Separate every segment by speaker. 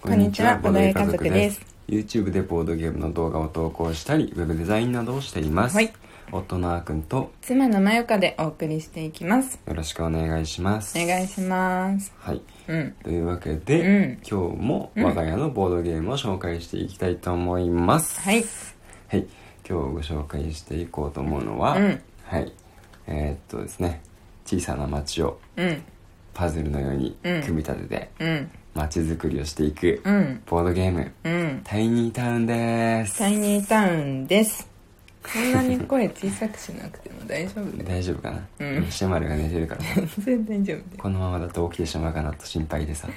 Speaker 1: こんにちはボドゲ家族です
Speaker 2: YouTube でボードゲームの動画を投稿したりウェブデザインなどをしています、
Speaker 1: はい
Speaker 2: 夫のあーくんと
Speaker 1: 妻のまよかでお送りしていきます
Speaker 2: よろしくお願いします
Speaker 1: お願いします
Speaker 2: はい
Speaker 1: うん
Speaker 2: というわけで、
Speaker 1: うん
Speaker 2: 今日も我が家のボードゲームを紹介していきたいと思います、
Speaker 1: はい
Speaker 2: はい、今日ご紹介していこうと思うのは、
Speaker 1: うん
Speaker 2: はいえーっとですね小さな町を
Speaker 1: うん
Speaker 2: パズルのように
Speaker 1: うん
Speaker 2: 組み立てて
Speaker 1: うん
Speaker 2: 町づくりをしていく
Speaker 1: うん
Speaker 2: ボードゲーム
Speaker 1: うん
Speaker 2: タイニータウンです
Speaker 1: タイニータウンですそんなに声小さくしなくても大丈夫だよ
Speaker 2: 大丈夫かな、
Speaker 1: うん
Speaker 2: シェマルが寝てるからさ
Speaker 1: 全然大丈夫だよ
Speaker 2: このままだと起きてしまうかなと心配でさ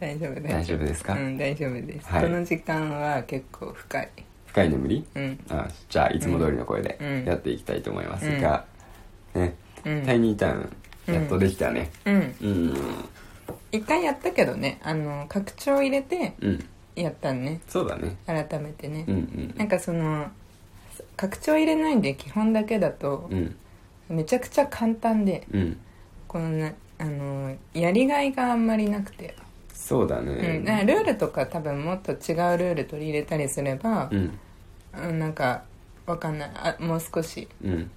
Speaker 1: 大丈夫
Speaker 2: 大丈夫ですか、
Speaker 1: うん大丈夫です、
Speaker 2: はい
Speaker 1: この時間は結構深い
Speaker 2: 深い眠り
Speaker 1: うん
Speaker 2: あじゃあいつも通りの声で
Speaker 1: うん
Speaker 2: やっていきたいと思いますが、ね、
Speaker 1: うん
Speaker 2: タイニータウンやっとできたね
Speaker 1: うん
Speaker 2: うん
Speaker 1: 一回やったけどねあの拡張入れて
Speaker 2: うん
Speaker 1: やったんね
Speaker 2: そうだね
Speaker 1: 改めてね、
Speaker 2: うんうん
Speaker 1: なんかその拡張入れないんで基本だけだと
Speaker 2: うん
Speaker 1: めちゃくちゃ簡単で
Speaker 2: うん
Speaker 1: このなあのやりがいがあんまりなくて、
Speaker 2: そうだね
Speaker 1: うん、だからルールとか多分もっと違うルール取り入れたりすれば
Speaker 2: う、ん
Speaker 1: うん、なんかわかんないあもう少し
Speaker 2: うん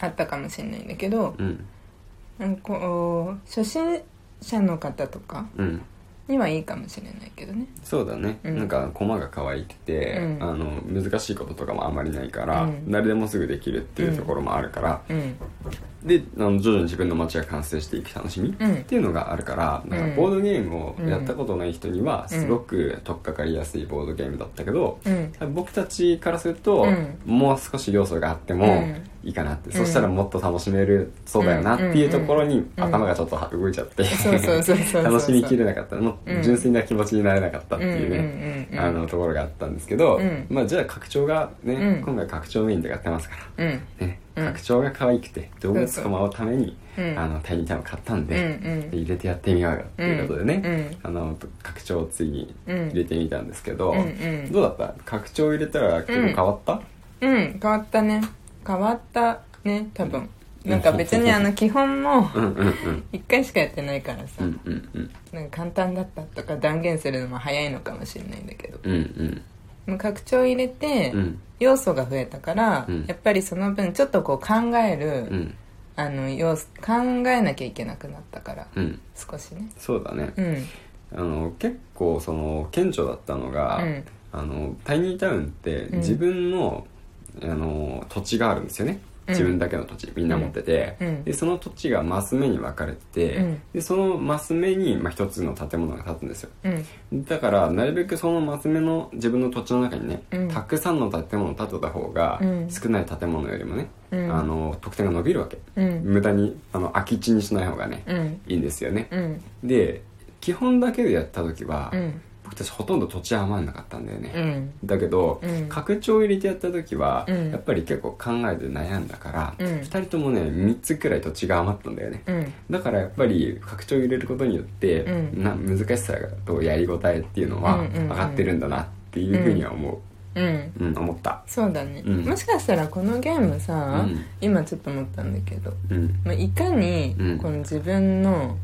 Speaker 1: あったかもしれないんだけど、
Speaker 2: うん
Speaker 1: うん、こう初心者の方とか
Speaker 2: うん
Speaker 1: にはいいかもしれないけどね
Speaker 2: そうだね、
Speaker 1: うん
Speaker 2: なんか駒が乾いてて、
Speaker 1: うん
Speaker 2: あの難しいこととかもあんまりないから、
Speaker 1: うん
Speaker 2: 誰でもすぐできるっていうところもあるから、
Speaker 1: うん
Speaker 2: であの徐々に自分の街が完成していく楽しみ、
Speaker 1: うん
Speaker 2: っていうのがあるからだから
Speaker 1: うん
Speaker 2: ボードゲームをやったことない人にはすごく取っかかりやすいボードゲームだったけど、
Speaker 1: うん
Speaker 2: 僕たちからすると、
Speaker 1: うん
Speaker 2: もう少し要素があって
Speaker 1: う
Speaker 2: も
Speaker 1: ん
Speaker 2: いいかなって、
Speaker 1: ん
Speaker 2: そしたらもっと楽しめるそうだよなっていうところに
Speaker 1: うん
Speaker 2: 頭がちょっと動いちゃって、
Speaker 1: そうそうそうそうそう
Speaker 2: 楽しみきれなかったもう純粋な気持ちになれなかったっていうね、
Speaker 1: うんうんうんうん
Speaker 2: あのところがあったんですけど、
Speaker 1: うん
Speaker 2: まあじゃあ拡張がね、
Speaker 1: うん
Speaker 2: 今回拡張メインでやってますから。
Speaker 1: うん
Speaker 2: ね、
Speaker 1: うん
Speaker 2: 拡張が可愛くて動物と舞うために、
Speaker 1: うん
Speaker 2: あのタイニータウン買ったん
Speaker 1: うん
Speaker 2: で,、で入れてやってみようよっていうことでね、あの拡張をついに
Speaker 1: うん
Speaker 2: 入れてみたんですけど、
Speaker 1: うんうん
Speaker 2: どうだった拡張入れたら結構変わった、
Speaker 1: うんうん変わったね変わったね多分なんか別にあの基本も
Speaker 2: うん、うんうん
Speaker 1: 1回しかやってないから
Speaker 2: う
Speaker 1: さ、
Speaker 2: んうんうん
Speaker 1: なんか簡単だったとか断言するのも早いのかもしれないんだけど
Speaker 2: うんうん
Speaker 1: もう拡張入れて
Speaker 2: うん
Speaker 1: 要素が増えたから、
Speaker 2: うん
Speaker 1: やっぱりその分ちょっとこう考える、
Speaker 2: うん
Speaker 1: あの要素考えなきゃいけなくなったから、
Speaker 2: うん
Speaker 1: 少しね
Speaker 2: そうだね、
Speaker 1: うん
Speaker 2: あの結構その顕著だったのが、
Speaker 1: うん
Speaker 2: あのタイニータウンって
Speaker 1: ん
Speaker 2: 自分の,、あの土地があるんですよね
Speaker 1: うん
Speaker 2: 自分だけの土地、みんな持ってて、
Speaker 1: うん
Speaker 2: でその土地がマス目に分かれてて、
Speaker 1: うん
Speaker 2: でそのマス目に、まあ、一つの建物が建つんですよ
Speaker 1: うん
Speaker 2: だからなるべくそのマス目の自分の土地の中にね、
Speaker 1: うん
Speaker 2: たくさんの建物を建てた方が、
Speaker 1: うん
Speaker 2: 少ない建物よりもね、
Speaker 1: うん
Speaker 2: あの得点が伸びるわけ、
Speaker 1: うん
Speaker 2: 無駄にあの空き地にしない方がね、
Speaker 1: うん
Speaker 2: いいんですよね、
Speaker 1: うん
Speaker 2: で基本だけでやった時は、
Speaker 1: うん
Speaker 2: 僕たちほとんど土地余んなかったんだよね、
Speaker 1: うん
Speaker 2: だけど、
Speaker 1: うん
Speaker 2: 拡張入れてやった時は、
Speaker 1: うん
Speaker 2: やっぱり結構考えて悩んだから、
Speaker 1: う
Speaker 2: 二
Speaker 1: ん
Speaker 2: 2人ともね3つくらい土地が余ったんだよね、
Speaker 1: うん
Speaker 2: だからやっぱり拡張入れることによって、
Speaker 1: うん
Speaker 2: な難しさとやりごたえっていうのは
Speaker 1: うんうんうん
Speaker 2: 上がってるんだなっていうふうには思
Speaker 1: うん
Speaker 2: う、うん思った
Speaker 1: そうだね、
Speaker 2: うん
Speaker 1: もしかしたらこのゲームさ、
Speaker 2: うん
Speaker 1: 今ちょっと思ったんだけど、
Speaker 2: うん
Speaker 1: まあ、いかに
Speaker 2: うん
Speaker 1: この自分の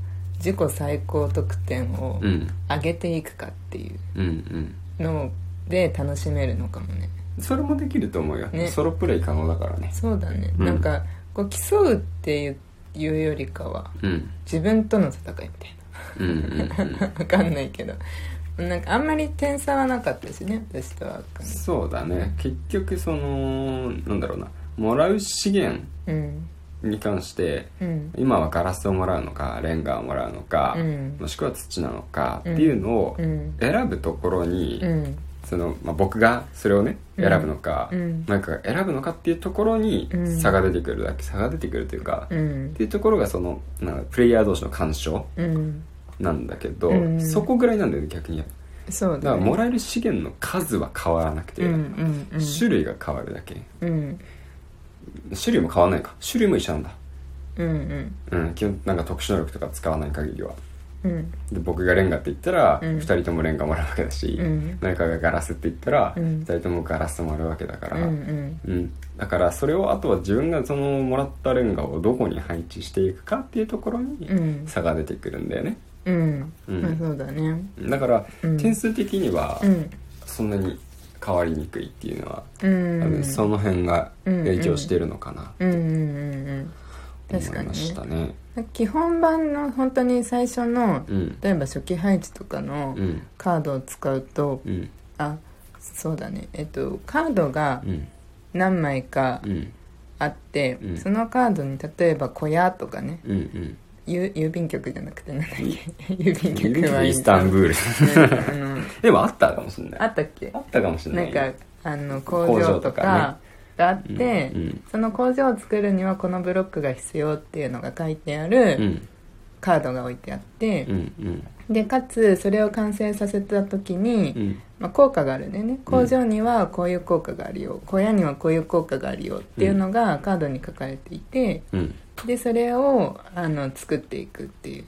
Speaker 1: 自己最高得点を
Speaker 2: うん
Speaker 1: 上げていくかっていう
Speaker 2: うんうん
Speaker 1: ので楽しめるのかもね
Speaker 2: それもできると思うよ、
Speaker 1: ね
Speaker 2: ソロプレイ可能だからね
Speaker 1: そうだね、
Speaker 2: うん
Speaker 1: なんかこう競うっていういうよりかは
Speaker 2: うん
Speaker 1: 自分との戦いみたい
Speaker 2: うんうん うん
Speaker 1: なわかんないけどなんかあんまり点差はなかったしね私とはあっくん
Speaker 2: そうだね結局そのなんだろうなもらう資源
Speaker 1: うん
Speaker 2: に関して
Speaker 1: うん
Speaker 2: 今はガラスをもらうのかレンガをもらうのか、
Speaker 1: うん
Speaker 2: もしくは土なのかっていうのを
Speaker 1: うん
Speaker 2: 選ぶところに、
Speaker 1: うん
Speaker 2: そのまあ、僕がそれをね
Speaker 1: うん
Speaker 2: 選ぶのか、
Speaker 1: うん
Speaker 2: なんか選ぶのかっていうところに
Speaker 1: うん
Speaker 2: 差が出てくるだけ差が出てくるというか、
Speaker 1: う
Speaker 2: っ
Speaker 1: ん
Speaker 2: ていうところがそのなんかプレイヤー同士の干渉
Speaker 1: うん
Speaker 2: なんだけど、
Speaker 1: うん
Speaker 2: そこぐらいなんだよね逆にだ
Speaker 1: そう
Speaker 2: か
Speaker 1: だ
Speaker 2: ら
Speaker 1: ね
Speaker 2: もらえる資源の数は変わらなくて、
Speaker 1: うんうんうん
Speaker 2: 種類が変わるだけ、
Speaker 1: うん
Speaker 2: 種類も変わらないか種類も一緒なんだ
Speaker 1: うん
Speaker 2: うん基本なんか特殊能力とか使わない限りは
Speaker 1: うん
Speaker 2: で僕がレンガって言ったら、
Speaker 1: う
Speaker 2: 二
Speaker 1: ん
Speaker 2: 2人ともレンガもらうわけだし、
Speaker 1: うん
Speaker 2: 誰かがガラスって言ったら、
Speaker 1: う
Speaker 2: 二
Speaker 1: ん
Speaker 2: 2人ともガラスもらうわけだか
Speaker 1: う
Speaker 2: ら、
Speaker 1: んうん
Speaker 2: うんだからそれをあとは自分がそのもらったレンガをどこに配置していくかっていうところに
Speaker 1: うん
Speaker 2: 差が出てくるんだよね、
Speaker 1: うん、
Speaker 2: うん
Speaker 1: まあそうだね
Speaker 2: だから、
Speaker 1: うん
Speaker 2: 点数的には
Speaker 1: うん
Speaker 2: そんなに変わりにくいっていうのは、
Speaker 1: うん
Speaker 2: 多分その辺が
Speaker 1: うん
Speaker 2: 影響してるのかな
Speaker 1: うんうんうんうん
Speaker 2: と
Speaker 1: 確
Speaker 2: 思
Speaker 1: か
Speaker 2: いま
Speaker 1: に
Speaker 2: したね。
Speaker 1: ね基本版の本当に最初の
Speaker 2: うん
Speaker 1: 例えば初期配置とかの
Speaker 2: うん
Speaker 1: カードを使うと
Speaker 2: うん
Speaker 1: あそうだねえっとカードが
Speaker 2: うん
Speaker 1: 何枚か
Speaker 2: うん
Speaker 1: あって、
Speaker 2: うん
Speaker 1: そのカードに例えば小屋とかね
Speaker 2: うんうん
Speaker 1: ゆ郵便局じゃなくてなんだっけ郵便局はいい
Speaker 2: イスタンブール
Speaker 1: あの
Speaker 2: でもあったかもしれない
Speaker 1: あったっけ
Speaker 2: あったかもしれな
Speaker 1: ないん
Speaker 2: ね
Speaker 1: かあの工場と
Speaker 2: 工場とか
Speaker 1: かがあって、
Speaker 2: うんうん
Speaker 1: その工場を作るにはこのブロックが必要っていうのが書いてあ
Speaker 2: う
Speaker 1: る
Speaker 2: ん
Speaker 1: カードが置いてあって
Speaker 2: う、ん
Speaker 1: でかつそれを完成させた時に、
Speaker 2: うんうん
Speaker 1: まあ、効果があるんだよね工場にはこういう効果があるよ小屋にはこういう効果があるよっていうのがカードに書かれていて、
Speaker 2: うん
Speaker 1: でそれをあの作っていくっていう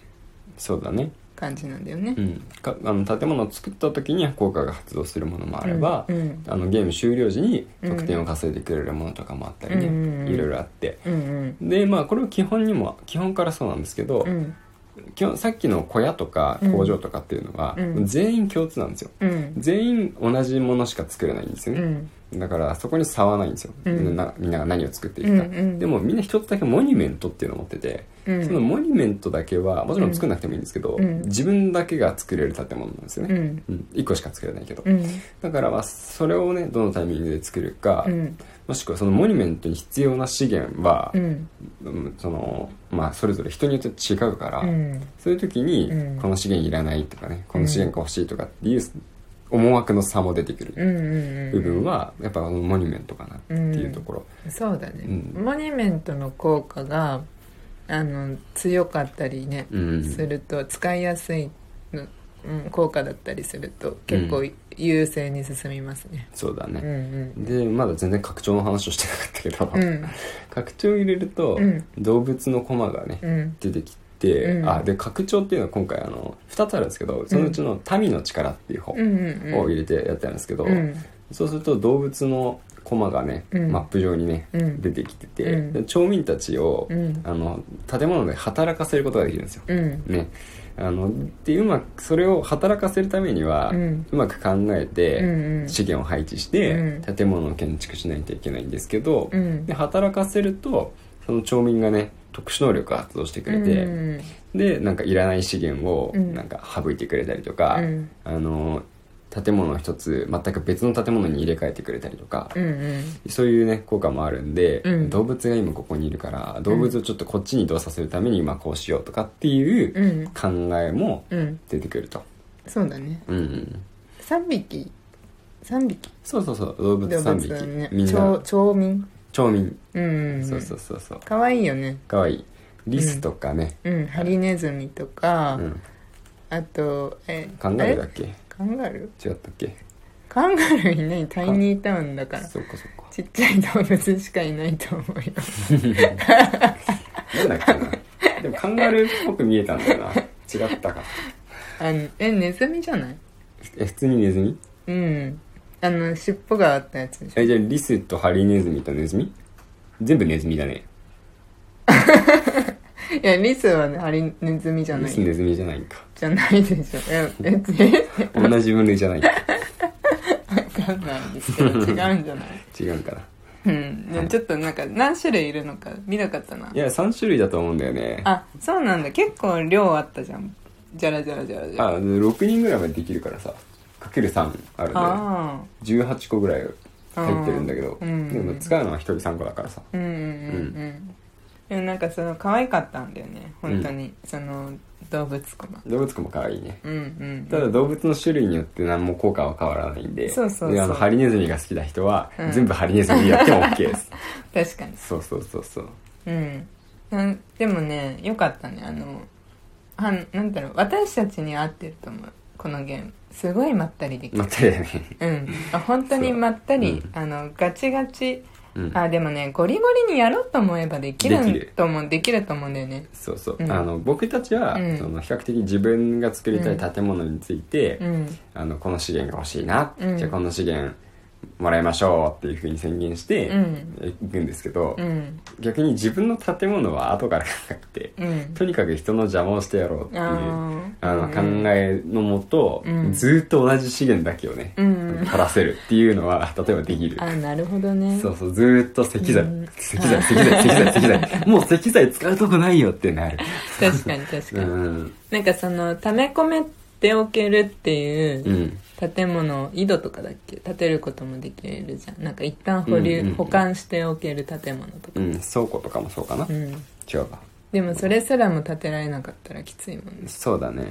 Speaker 2: そうだね
Speaker 1: 感じなんだよね
Speaker 2: う。んかあの建物を作った時に効果が発動するものもあれば
Speaker 1: うんうん
Speaker 2: あのゲーム終了時に
Speaker 1: うん
Speaker 2: 得点を稼いでくれるものとかもあったりね、
Speaker 1: うんうんうん
Speaker 2: いろいろあって
Speaker 1: うんうん
Speaker 2: でまあこれは基本にも基本からそうなんですけど、
Speaker 1: うん
Speaker 2: 基本さっきの小屋とか工場とかっていうのは、
Speaker 1: うん
Speaker 2: 全員共通なんですよ
Speaker 1: うん
Speaker 2: 全員同じものしか作れないんですよ
Speaker 1: う
Speaker 2: ね、
Speaker 1: ん
Speaker 2: だからそこに差はないんですよ、
Speaker 1: うん
Speaker 2: なみんなが何を作っているか、
Speaker 1: うんうん
Speaker 2: でもみんな一つだけモニュメントっていうのを持ってて、
Speaker 1: うん
Speaker 2: そのモニュメントだけはもちろん作んなくてもいいんですけど、
Speaker 1: うん
Speaker 2: 自分だけが作れる建物なんですよ
Speaker 1: う
Speaker 2: ね、
Speaker 1: ん
Speaker 2: うん1個しか作れないけど、
Speaker 1: うん
Speaker 2: だからまあそれをねどのタイミングで作るか、
Speaker 1: うん
Speaker 2: もしくはそのモニュメントに必要な資源は
Speaker 1: う、ん
Speaker 2: うんそのまあそれぞれ人によって違うから、
Speaker 1: うん
Speaker 2: そういう時に、
Speaker 1: うん
Speaker 2: この資源いらないとかねこの資源が欲しいとかっていう思惑の差も出てく
Speaker 1: う
Speaker 2: る
Speaker 1: んうん
Speaker 2: 部分はやっぱあのモニュメントかなっていうところ、
Speaker 1: そうだね、
Speaker 2: うん
Speaker 1: モニュメントの効果があの強かったりね、
Speaker 2: うん
Speaker 1: すると使いやすいの、うん、効果だったりすると結構優勢に進みますね、
Speaker 2: そうだ
Speaker 1: うん、
Speaker 2: ね、
Speaker 1: うん
Speaker 2: でまだ全然拡張の話をしてなかったけ
Speaker 1: う
Speaker 2: ど、
Speaker 1: ん
Speaker 2: 拡張入れると、
Speaker 1: うん
Speaker 2: 動物のコマがね、
Speaker 1: うん
Speaker 2: 出てきて、
Speaker 1: うん
Speaker 2: あで拡張っていうのは今回あの2つあるんですけどそのうちの「民の力」っていう方を
Speaker 1: うんうん
Speaker 2: 入れてやってたんですけど、
Speaker 1: うん
Speaker 2: そうすると動物のコマがね、
Speaker 1: うん
Speaker 2: マップ上にね、
Speaker 1: うん
Speaker 2: 出てきてて、
Speaker 1: うん
Speaker 2: で町民たちを、
Speaker 1: うん
Speaker 2: あの建物で働かせることができるんですよ。
Speaker 1: うん
Speaker 2: ね、あのでうまくそれを働かせるためには、
Speaker 1: う
Speaker 2: うんまく考えて、
Speaker 1: うんうん
Speaker 2: 資源を配置して、
Speaker 1: う
Speaker 2: 建物を建築しないといけないんですけど、
Speaker 1: うん
Speaker 2: で働かせるとその町民がね特殊能力を発動してくれて、
Speaker 1: うん
Speaker 2: でなんかいらない資源を
Speaker 1: うん
Speaker 2: なんか省いてくれたりとか、
Speaker 1: うん
Speaker 2: あの建物を一つ全く別の建物に入れ替えてくれたりとか、
Speaker 1: うんうん
Speaker 2: そういうね効果もあるんで、
Speaker 1: うん
Speaker 2: 動物が今ここにいるから動物をちょっとこっちに移動させるために今こうしようとかっていう
Speaker 1: うん
Speaker 2: 考えも
Speaker 1: うん
Speaker 2: 出てくると、
Speaker 1: そうだね
Speaker 2: うんうん、
Speaker 1: 3匹3匹
Speaker 2: そうそうそう動物
Speaker 1: 動
Speaker 2: 3
Speaker 1: 物
Speaker 2: 匹
Speaker 1: だね
Speaker 2: みん
Speaker 1: 町
Speaker 2: な
Speaker 1: 町民
Speaker 2: 町民、
Speaker 1: うんうんうん
Speaker 2: そうそうそうそう
Speaker 1: かわいいよね
Speaker 2: かわいいリスとかね、
Speaker 1: うんハリネズミとか、
Speaker 2: うん、
Speaker 1: あとえ
Speaker 2: 考えるだ
Speaker 1: あ
Speaker 2: っけ
Speaker 1: れカンガルー
Speaker 2: 違ったっけ
Speaker 1: カンガルーいないタイニータウンだから
Speaker 2: そっかそっか
Speaker 1: ちっちゃい動物しかいないと思うよ
Speaker 2: なんだっけなでもカンガルーっぽく見えたんだよな違ったか
Speaker 1: あのえネズミじゃない
Speaker 2: え普通にネズミ
Speaker 1: うんあの尻尾があったやつでしょ
Speaker 2: えじゃあリスとハリネズミとネズミ全部ネズミだね
Speaker 1: いやリスはねハリネズミじゃ
Speaker 2: リ
Speaker 1: な
Speaker 2: ス
Speaker 1: い
Speaker 2: ネズミじゃないんか
Speaker 1: じゃないでしょえええ
Speaker 2: 同じ分類じゃないんか
Speaker 1: わかんないですけど違うんじゃない
Speaker 2: 違うかな
Speaker 1: うんでもちょっとなんか何種類いるのか見なかったない
Speaker 2: や3種類だと思うんだよね
Speaker 1: あそうなんだ結構量あったじゃんじゃらじゃらじゃらじゃら
Speaker 2: あ6人ぐらいまでできるからさかける3あるん
Speaker 1: あ
Speaker 2: で18個ぐらい入ってるんだけど
Speaker 1: あーうん
Speaker 2: でも使うのは1人3個だからさ
Speaker 1: ーうんうんうんうんでもなんかその可愛かったんだよね本当に、その動物コマ
Speaker 2: 動物くんも可愛いね
Speaker 1: うんうん
Speaker 2: ただ動物の種類によって何も効果は変わらないんで
Speaker 1: そうそうそう
Speaker 2: であのハリネズミが好きな人は、
Speaker 1: うん
Speaker 2: 全部ハリネズミやっても OK です
Speaker 1: 確かに
Speaker 2: そうそうそうそう
Speaker 1: うんなんでもねよかったねあのはんなんだろう私たちに合ってると思うこのゲームすごいまったりでき
Speaker 2: ま
Speaker 1: る
Speaker 2: あただね
Speaker 1: うんあ本当にまったり
Speaker 2: そう、
Speaker 1: あのガチガチ
Speaker 2: うん
Speaker 1: あでもねゴリゴリにやろうと思えばでき
Speaker 2: でき
Speaker 1: る
Speaker 2: る
Speaker 1: と思うできると思うんだよね
Speaker 2: そうそう、
Speaker 1: うん
Speaker 2: あの僕たちは、
Speaker 1: うん
Speaker 2: その比較的自分が作りたい建物について、
Speaker 1: うん
Speaker 2: あのこの資源が欲しいな、
Speaker 1: うん
Speaker 2: じゃあこの資源もらいましょうっていうふうに宣言して
Speaker 1: うん
Speaker 2: いくんですけど、
Speaker 1: うん
Speaker 2: 逆に自分の建物は後から考えて、
Speaker 1: うん
Speaker 2: とにかく人の邪魔をしてやろうっていうあ
Speaker 1: ああ
Speaker 2: の考えのもと、
Speaker 1: うん
Speaker 2: ずーっと同じ資源だけをね、
Speaker 1: うん
Speaker 2: 取らせるっていうのは 例えばできる
Speaker 1: あなるほどね
Speaker 2: そうそう、ずーっと石材、
Speaker 1: うん
Speaker 2: 石材、石材、石材、石材。もう石材使うとこないよってなる。
Speaker 1: 確かに確
Speaker 2: う
Speaker 1: かに、
Speaker 2: ん。
Speaker 1: なんかその溜め込めておけるっていう、
Speaker 2: うん。
Speaker 1: 建物井戸とかだっけ建てることもできるじゃんなんか一旦保留、
Speaker 2: うんうんうん
Speaker 1: 保管しておける建物とか
Speaker 2: うん、倉庫とかもそうかな。
Speaker 1: う
Speaker 2: 違
Speaker 1: ん
Speaker 2: うか。
Speaker 1: でもそれすらも建てられなかったらきついもんね、
Speaker 2: そうだね。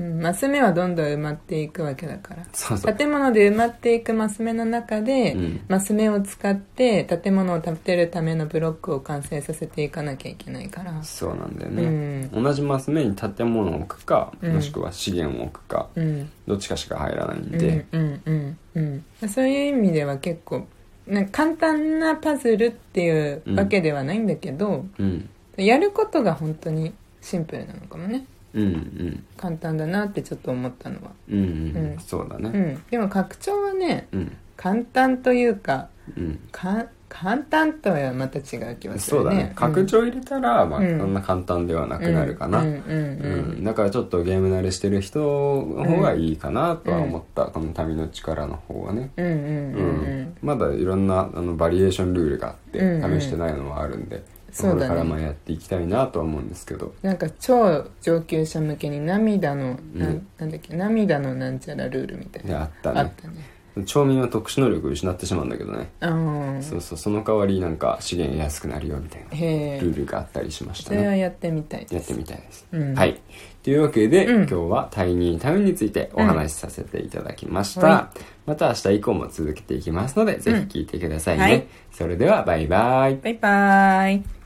Speaker 1: うん、マス目はどんどん埋まっていくわけだから
Speaker 2: そうそう。
Speaker 1: 建物で埋まっていくマス目の中で、
Speaker 2: うん
Speaker 1: マス目を使って建物を建てるためのブロックを完成させていかなきゃいけないから
Speaker 2: そうなんだよ
Speaker 1: う
Speaker 2: ね。
Speaker 1: ん
Speaker 2: 同じマス目に建物を置くか、
Speaker 1: うん
Speaker 2: もしくは資源を置くか、
Speaker 1: うん
Speaker 2: どっちかしか入らないん
Speaker 1: うん
Speaker 2: で。
Speaker 1: うんうんうんそういう意味では結構なんか簡単なパズルっていうわけではないんだけど、
Speaker 2: うん。
Speaker 1: やることが本当にシンプルなのかもね
Speaker 2: うん、うん。
Speaker 1: 簡単だなってちょっと思ったのは
Speaker 2: うん、うん
Speaker 1: う
Speaker 2: うんん。そうだ
Speaker 1: う
Speaker 2: ね。
Speaker 1: んでも拡張はね
Speaker 2: うん。
Speaker 1: 簡単というか
Speaker 2: うん。
Speaker 1: か簡単とはまた違う気はす
Speaker 2: そう
Speaker 1: るね
Speaker 2: だね。拡張入れたら、まあ、そ
Speaker 1: うん
Speaker 2: んな簡単ではなくなるかな
Speaker 1: うん。うんう
Speaker 2: うんん、だからちょっとゲーム慣れしてる人の方がいいかなとは思った、この「民の力」の方はね、
Speaker 1: うんうんうん
Speaker 2: う
Speaker 1: うんうん
Speaker 2: まだいろんなあのバリエーションルールがあって
Speaker 1: うんうん
Speaker 2: 試してないのもあるんで、
Speaker 1: そう
Speaker 2: こ
Speaker 1: だ
Speaker 2: れ
Speaker 1: ね
Speaker 2: からもやっていきたいなとは思うんですけど
Speaker 1: なんか超上級者向けに涙の、な
Speaker 2: うんん、
Speaker 1: なんだっけ涙のなんちゃらルールみたい
Speaker 2: で
Speaker 1: な
Speaker 2: あった
Speaker 1: あっ
Speaker 2: ね
Speaker 1: たね
Speaker 2: 町民は特殊能力を失ってしまうんだけどね、
Speaker 1: うん
Speaker 2: そうそうその代わりなんか資源安くなるよみたいな
Speaker 1: へ
Speaker 2: ル
Speaker 1: え
Speaker 2: ールがあったりしまし
Speaker 1: そ
Speaker 2: た
Speaker 1: れは
Speaker 2: ね
Speaker 1: やってみたい
Speaker 2: や
Speaker 1: で
Speaker 2: って
Speaker 1: す
Speaker 2: みたいです、
Speaker 1: うん
Speaker 2: はいというわけで、
Speaker 1: う
Speaker 2: 今
Speaker 1: ん
Speaker 2: 日はタイニータウンについてお話しさせていただきました、
Speaker 1: うんは
Speaker 2: また明日以降も続けていきますので、ぜひ聞いてくださいね、
Speaker 1: はい
Speaker 2: それではバイバイ
Speaker 1: バイバーイ